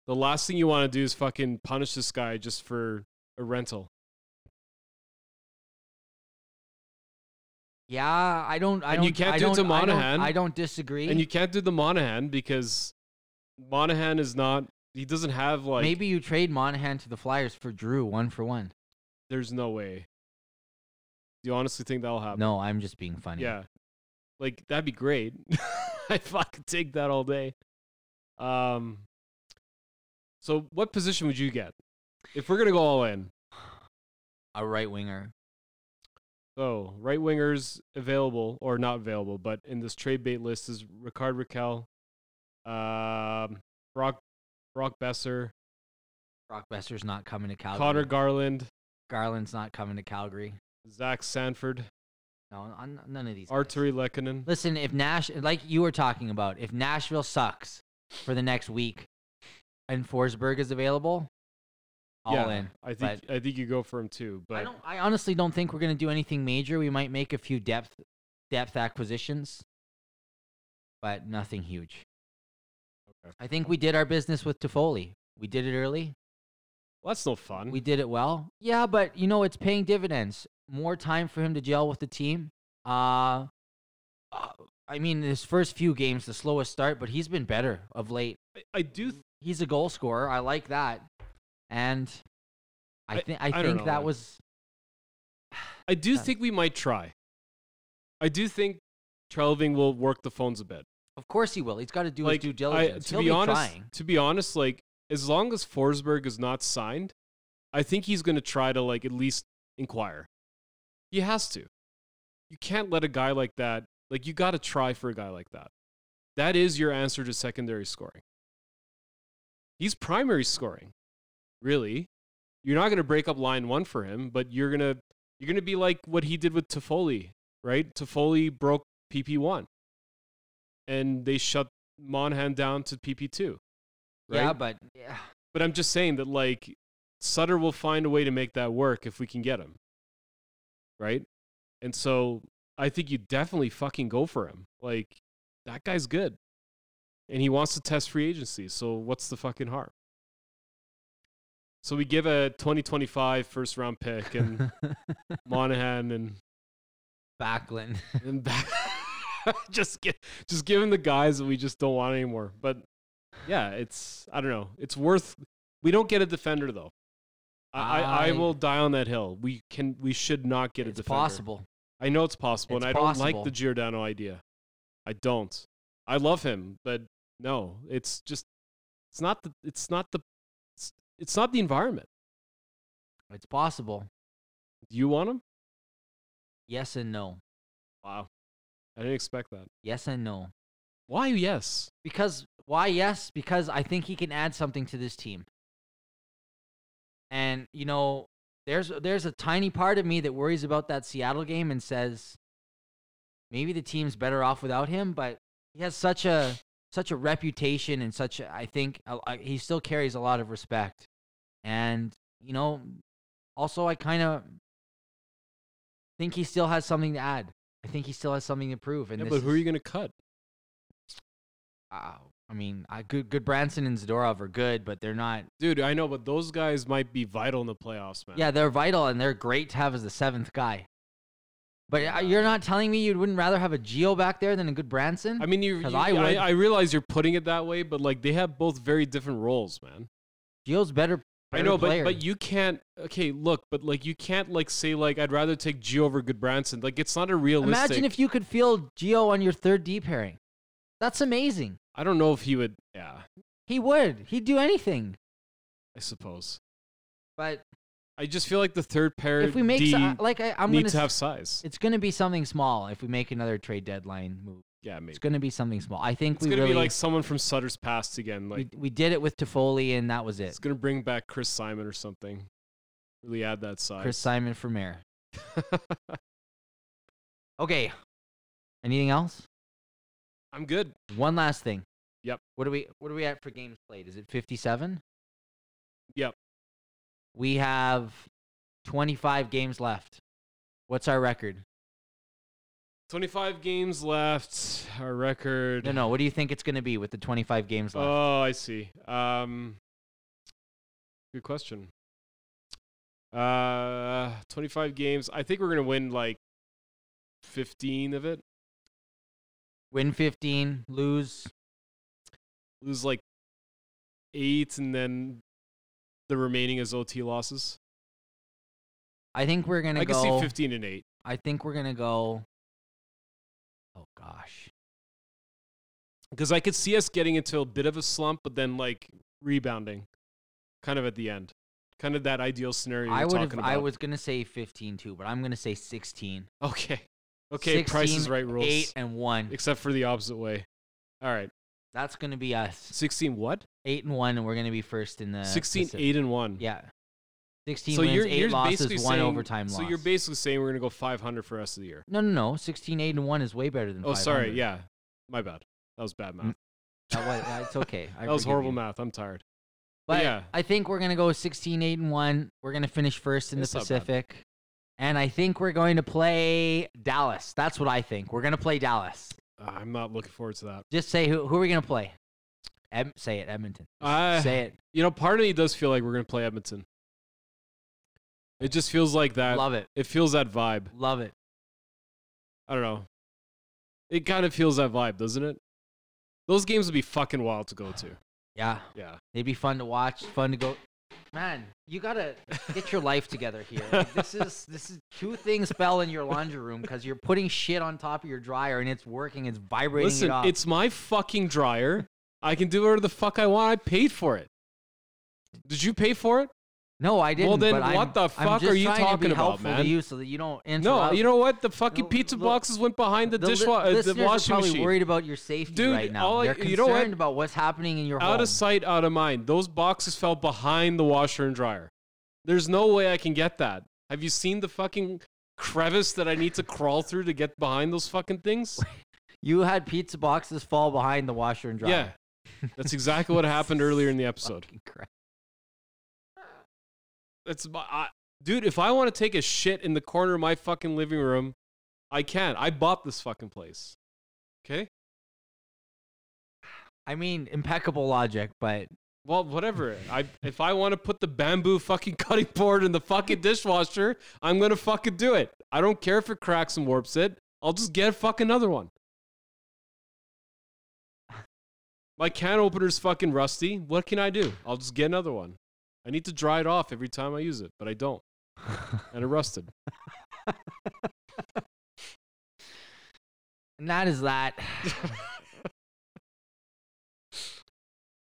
Speaker 2: The last thing you want to do is fucking punish this guy just for a rental.
Speaker 1: Yeah, I don't. I
Speaker 2: And
Speaker 1: don't.
Speaker 2: you can't
Speaker 1: I
Speaker 2: do it
Speaker 1: don't,
Speaker 2: to
Speaker 1: I don't-
Speaker 2: Monahan.
Speaker 1: I don't disagree.
Speaker 2: and you can't do the Monahan because Monahan is not. He doesn't have like.
Speaker 1: maybe you trade Monahan to the Flyers for Drew one for one.
Speaker 2: There's no way. Do you honestly think that'll happen?
Speaker 1: No, I'm just being funny.
Speaker 2: Uh, Yeah. Like that'd be great. I fucking take that all day. Um So what position would you get? If we're gonna go all in.
Speaker 1: a right winger.
Speaker 2: So right wingers available or not available, but in this trade bait list is Ricard Raquel, um Brock Brock Besser,
Speaker 1: Brock Besser's not coming to Calgary.
Speaker 2: Connor Garland,
Speaker 1: Garland's not coming to Calgary.
Speaker 2: Zach Sanford,
Speaker 1: No, I'm, none of these. guys.
Speaker 2: Arturi Lekkonen.
Speaker 1: Listen, if Nash, like you were talking about, if Nashville sucks for the next week, and Forsberg is available, all
Speaker 2: yeah,
Speaker 1: in.
Speaker 2: I think I think you go for him too. But
Speaker 1: I don't. I honestly don't think we're gonna do anything major. We might make a few depth depth acquisitions, but nothing huge.
Speaker 2: Okay.
Speaker 1: I think we did our business with Toffoli. We did it early.
Speaker 2: well, that's no fun.
Speaker 1: We did it well. Yeah, but you know it's paying dividends. More time for him to gel with the team. Uh, uh, I mean, his first few games, the slowest start, but he's been better of late.
Speaker 2: I, I do th-
Speaker 1: He's a goal scorer. I like that, and I
Speaker 2: I-
Speaker 1: think I,
Speaker 2: I don't
Speaker 1: think
Speaker 2: know,
Speaker 1: that
Speaker 2: man.
Speaker 1: was
Speaker 2: I do
Speaker 1: Yeah.
Speaker 2: think we might try. I do think Trelving will work the phones a bit.
Speaker 1: Of course he will. He's got to do
Speaker 2: like
Speaker 1: his due
Speaker 2: I-
Speaker 1: diligence.
Speaker 2: to
Speaker 1: He'll
Speaker 2: be, honest,
Speaker 1: trying.
Speaker 2: to be honest, like as long as Forsberg is not signed, I think he's going to try to like at least inquire. He has to. You can't let a guy like that. Like you got to try for a guy like that. That is your answer to secondary scoring. He's primary scoring, really. You're not going to break up line one for him, but you're gonna you're gonna be like what he did with Toffoli, right? Toffoli broke PP one, and they shut Monahan down to PP two. Right?
Speaker 1: Yeah, but yeah,
Speaker 2: But I'm just saying that like Sutter will find a way to make that work if we can get him. Right? And so I think you definitely fucking go for him. Like that guy's good. And he wants to test free agency, so what's the fucking harm? So we give a 2025 first round pick and Monahan and
Speaker 1: Backlund.
Speaker 2: and back. just get, just give him the guys that we just don't want anymore. But yeah, it's I don't know. It's worth. We don't get a defender though. I, I, I
Speaker 1: I-
Speaker 2: will die on that hill. We can. We should not get a
Speaker 1: it's
Speaker 2: defender.
Speaker 1: possible.
Speaker 2: I know it's possible,
Speaker 1: It's
Speaker 2: and I don't like
Speaker 1: possible.
Speaker 2: the Giordano idea. I don't. I love him, but no, it's just. It's not the. It's not the. It's, it's not the environment.
Speaker 1: It's possible.
Speaker 2: Do you want him?
Speaker 1: Yes and no.
Speaker 2: Wow, I didn't expect that.
Speaker 1: Yes and no.
Speaker 2: Why? Yes.
Speaker 1: Because why? Yes, because I think he can add something to this team. And you know, there's there's a tiny part of me that worries about that Seattle game and says maybe the team's better off without him. But he has such a such a reputation and such a, I think a, a- he still carries a lot of respect. And you know, also I kind of think he still has something to add. I think he still has something to prove. And
Speaker 2: Yeah,
Speaker 1: this
Speaker 2: but who
Speaker 1: is-
Speaker 2: are you going to cut?
Speaker 1: uh, I mean, I good good Branson and Zadorov are good, but they're not.
Speaker 2: Dude, I know, but those guys might be vital in the playoffs, man.
Speaker 1: Yeah, they're vital and they're great to have as the seventh guy. But uh, you're not telling me you wouldn't rather have a Geo back there than a good Branson?
Speaker 2: I mean, you,
Speaker 1: 'Cause
Speaker 2: you-
Speaker 1: I
Speaker 2: I,
Speaker 1: would.
Speaker 2: I, realize you're putting it that way, but like they have both very different roles, man.
Speaker 1: Geo's better.
Speaker 2: I know,
Speaker 1: better player.
Speaker 2: but but you can't. Okay, look, but like you can't like say like I'd rather take Gio over Goodbranson. Like it's not a realistic.
Speaker 1: imagine if you could field Geo on your third D pairing. That's amazing.
Speaker 2: I don't know if he would. Yeah,
Speaker 1: He would. He'd do anything.
Speaker 2: I suppose.
Speaker 1: But
Speaker 2: I just feel like the third pair
Speaker 1: if we make
Speaker 2: D
Speaker 1: so- uh, like I, I'm gonna,
Speaker 2: needs to
Speaker 1: s-
Speaker 2: have size.
Speaker 1: it's gonna be something small. If we make another trade deadline move,
Speaker 2: Yeah, maybe
Speaker 1: it's gonna be something small. I think
Speaker 2: it's
Speaker 1: we
Speaker 2: gonna
Speaker 1: really
Speaker 2: be like someone from Sutter's past again. Like
Speaker 1: we, we did it with Toffoli, and that was it.
Speaker 2: it's gonna bring back Chris Simon or something. Really add that size.
Speaker 1: Chris Simon for mayor. Okay. Anything else?
Speaker 2: I'm good.
Speaker 1: One last thing.
Speaker 2: Yep.
Speaker 1: What are we what are we at for games played? Is it 57?
Speaker 2: Yep.
Speaker 1: We have 25 games left. What's our record?
Speaker 2: 25 games left. Our record.
Speaker 1: No, no. What do you think it's going to be with the 25 games left?
Speaker 2: Oh, I see. Um, good question. Uh, 25 games. I think we're gonna win like 15 of it.
Speaker 1: Win 15, lose.
Speaker 2: Lose like eight, and then the remaining is OT losses.
Speaker 1: I think we're gonna
Speaker 2: I can
Speaker 1: go.
Speaker 2: see 15 and eight.
Speaker 1: I think we're gonna go. Oh gosh,
Speaker 2: Because I could see us getting into a bit of a slump, but then like rebounding kind of at the end. Kind of that ideal scenario
Speaker 1: I
Speaker 2: you're
Speaker 1: would.
Speaker 2: talking
Speaker 1: have.
Speaker 2: about.
Speaker 1: I was gonna say 15 too, but I'm gonna say 16.
Speaker 2: Okay. Okay, Price is
Speaker 1: 16,
Speaker 2: Right rules.
Speaker 1: Eight and one.
Speaker 2: Except for the opposite way. All right.
Speaker 1: That's gonna be us.
Speaker 2: 16 what?
Speaker 1: Eight and one, and we're gonna be first in the.
Speaker 2: 16,
Speaker 1: Pacific.
Speaker 2: 8, and 1.
Speaker 1: Uh, Yeah. 16 wins, 8 losses, 1 overtime
Speaker 2: so
Speaker 1: loss.
Speaker 2: you're basically saying we're going to go 500 for the rest of the year.
Speaker 1: no, no, no. 16, 8, and 1 is way better than
Speaker 2: Oh, sorry.
Speaker 1: 500.
Speaker 2: Yeah. My bad. That was bad math.
Speaker 1: That was, uh, it's okay. I
Speaker 2: that was
Speaker 1: forgive
Speaker 2: horrible
Speaker 1: you.
Speaker 2: math. I'm tired.
Speaker 1: But
Speaker 2: yeah.
Speaker 1: I think we're going to go 16, 8, and 1. We're going to finish first in
Speaker 2: It's
Speaker 1: the
Speaker 2: not bad.
Speaker 1: Pacific. And I think we're going to play Dallas. That's what I think. We're going to play Dallas.
Speaker 2: Uh, I'm not looking forward to that.
Speaker 1: Just say who, who are we going to play? Ed, say it, Edmonton.
Speaker 2: I,
Speaker 1: say it.
Speaker 2: Uh, you know, part of me does feel like we're going to play Edmonton. It just feels like that.
Speaker 1: Love it.
Speaker 2: It feels that vibe.
Speaker 1: Love it.
Speaker 2: I don't know. It kind of feels that vibe, doesn't it? Those games would be fucking wild to go to.
Speaker 1: Yeah.
Speaker 2: Yeah.
Speaker 1: They'd be fun to watch, fun to go. Man, you gotta get your life together here. Like, this is this is two things fell in your laundry room because you're putting shit on top of your dryer and it's working, it's vibrating
Speaker 2: Listen,
Speaker 1: it off.
Speaker 2: it's my fucking dryer. I can do whatever the fuck I want. I paid for it. Did you pay for it?
Speaker 1: no, I didn't.
Speaker 2: Well, then
Speaker 1: but
Speaker 2: what
Speaker 1: I'm,
Speaker 2: the
Speaker 1: I'm
Speaker 2: fuck
Speaker 1: just
Speaker 2: are you
Speaker 1: trying to be
Speaker 2: talking about,
Speaker 1: helpful
Speaker 2: man?
Speaker 1: To you so that you don't
Speaker 2: No,
Speaker 1: interrupt.
Speaker 2: you know what? The fucking
Speaker 1: No,
Speaker 2: pizza
Speaker 1: look,
Speaker 2: boxes went behind the,
Speaker 1: the li-
Speaker 2: dishwasher, the
Speaker 1: listeners are
Speaker 2: washing
Speaker 1: probably
Speaker 2: machine.
Speaker 1: worried about your safety
Speaker 2: Dude,
Speaker 1: right now.
Speaker 2: all I-
Speaker 1: They're concerned
Speaker 2: you know what?
Speaker 1: about what's happening in your
Speaker 2: Out
Speaker 1: home.
Speaker 2: of sight, out of mind. Those boxes fell behind the washer and dryer. There's no way I can get that. Have you seen the fucking crevice that I need to crawl through to get behind those fucking things?
Speaker 1: you had pizza boxes fall behind the washer and dryer.
Speaker 2: Yeah. That's exactly what happened earlier in the episode.
Speaker 1: Fucking crap.
Speaker 2: That's my, I, dude. If I want to take a shit in the corner of my fucking living room, I can. I bought this fucking place. Okay.
Speaker 1: I mean, impeccable logic, but
Speaker 2: Well, whatever. I if I want to put the bamboo fucking cutting board in the fucking dishwasher, I'm gonna fucking do it. I don't care if it cracks and warps it. I'll just get a fucking another one. My can opener's fucking rusty. What can I do? I'll just get another one. I need to dry it off every time I use it, but I don't. And it rusted.
Speaker 1: And that is that.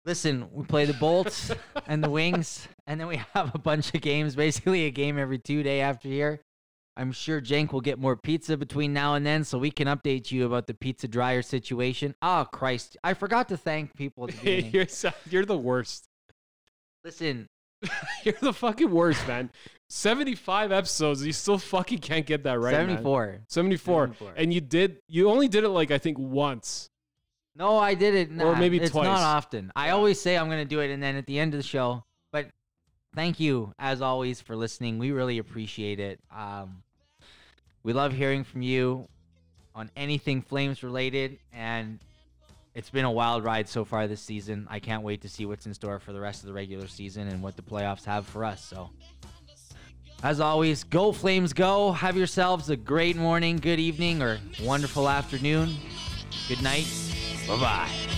Speaker 1: Listen, we play the Bolts and the Wings, and then we have a bunch of games, basically a game every two day after here. I'm sure Jenk will get more pizza between now and then, so we can update you about the pizza dryer situation. Oh, Christ. I forgot to thank people at the beginning.
Speaker 2: you're, so- you're the worst.
Speaker 1: Listen,
Speaker 2: You're the fucking worst, man. 75 episodes, and you still fucking can't get that right. man.
Speaker 1: 74.
Speaker 2: 74.
Speaker 1: 74.
Speaker 2: And you did, you only did it like, I think, once.
Speaker 1: No, I did it.
Speaker 2: Or
Speaker 1: Nah,
Speaker 2: maybe
Speaker 1: it's
Speaker 2: twice.
Speaker 1: not often. I always say I'm going to do it, and then at the end of the show. But thank you, as always, for listening. We really appreciate it. Um, we love hearing from you on anything Flames related, and it's been a wild ride so far this season. I can't wait to see what's in store for the rest of the regular season and what the playoffs have for us. So. As always, go Flames go. Have yourselves a great morning, good evening, or wonderful afternoon. Good night. Bye bye.